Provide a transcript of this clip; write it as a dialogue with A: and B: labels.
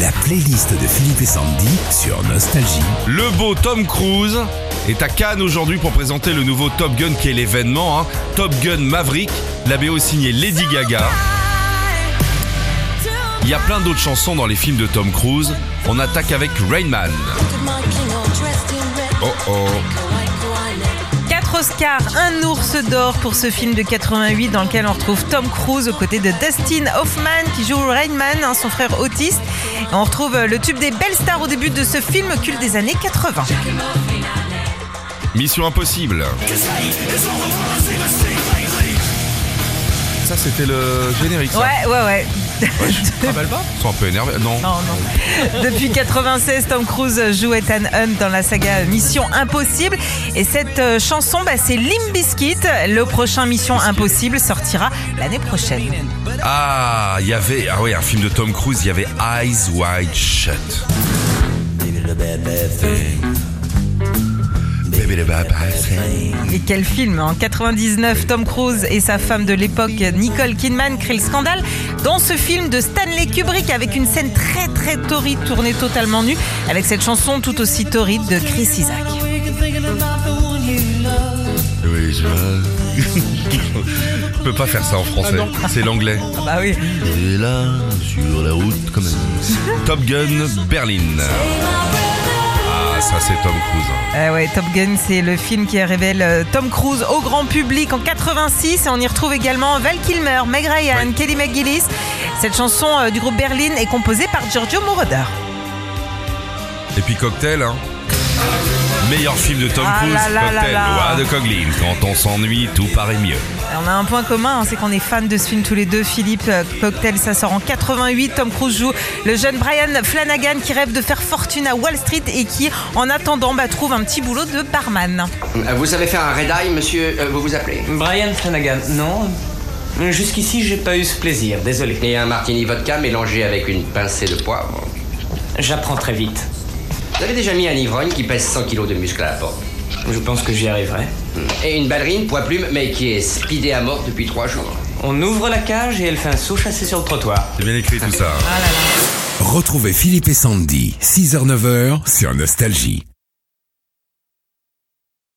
A: La playlist de Philippe et Sandy sur Nostalgie.
B: Le beau Tom Cruise est à Cannes aujourd'hui pour présenter le nouveau Top Gun qui est l'événement. hein. Top Gun Maverick, la BO signée Lady Gaga. Il y a plein d'autres chansons dans les films de Tom Cruise. On attaque avec Rain Man. Oh oh.
C: 4 Oscars, un ours d'or pour ce film de 88 dans lequel on retrouve Tom Cruise aux côtés de Dustin Hoffman qui joue Rainman, hein, son frère autiste. Et on retrouve euh, le tube des belles stars au début de ce film culte des années 80.
B: Mission Impossible. Ça, c'était le générique. Ça.
C: Ouais, ouais, ouais.
B: Je me rappelle pas Ils sont un peu énervés. Non.
C: Non, non. Depuis 96, Tom Cruise joue Ethan Hunt dans la saga Mission Impossible. Et cette euh, chanson, bah, c'est Limp Bizkit. Le prochain Mission Impossible sortira l'année prochaine.
B: Ah, il y avait. Ah oui, un film de Tom Cruise, il y avait Eyes Wide Shut. Baby the bad bad thing.
C: Et quel film En 99, Tom Cruise et sa femme de l'époque, Nicole Kidman, créent le scandale dans ce film de Stanley Kubrick avec une scène très très torride tournée totalement nue avec cette chanson tout aussi torride de Chris Isaac.
B: Je peux pas faire ça en français, c'est l'anglais.
C: Ah bah oui.
B: Et là, sur la route, comme Top Gun Berlin. Ah, ça c'est Tom Cruise. hein.
C: Euh, ouais, Top Gun, c'est le film qui révèle euh, Tom Cruise au grand public en 86 et on y retrouve également Val Kilmer, Meg Ryan,
B: Ouais.
C: Kelly McGillis. Cette chanson euh, du groupe Berlin est composée par Giorgio Moroder.
B: Et puis Cocktail, hein. Meilleur film de Tom
C: Ah
B: Cruise,
C: là là là
B: Cocktail,
C: là.
B: loi de Coglin. Quand on s'ennuie, tout paraît mieux.
C: Alors, On a un point commun, hein, c'est qu'on est fan de ce film tous les deux. Philippe euh, Cocktail, ça sort en 88. Tom Cruise joue le jeune Brian Flanagan qui rêve de faire fortune à Wall Street et qui, en attendant, bah, trouve un petit boulot de barman.
D: Euh, Vous savez faire un red-eye, monsieur euh, Vous vous appelez
E: Brian Flanagan, non. Jusqu'ici, j'ai pas eu ce plaisir, désolé.
D: Et un martini vodka mélangé avec une pincée de poivre.
E: J'apprends très vite.
D: Vous avez déjà mis un ivrogne qui pèse 100 kilos de muscle à la porte.
E: Je pense que j'y arriverai.
D: Et une ballerine poids plume, mais qui est speedée à mort depuis trois jours.
E: On ouvre la cage et elle fait un saut chassé sur le trottoir.
B: C'est bien écrit tout ça. hein.
A: Retrouvez Philippe et Sandy, 6h-9h sur Nostalgie.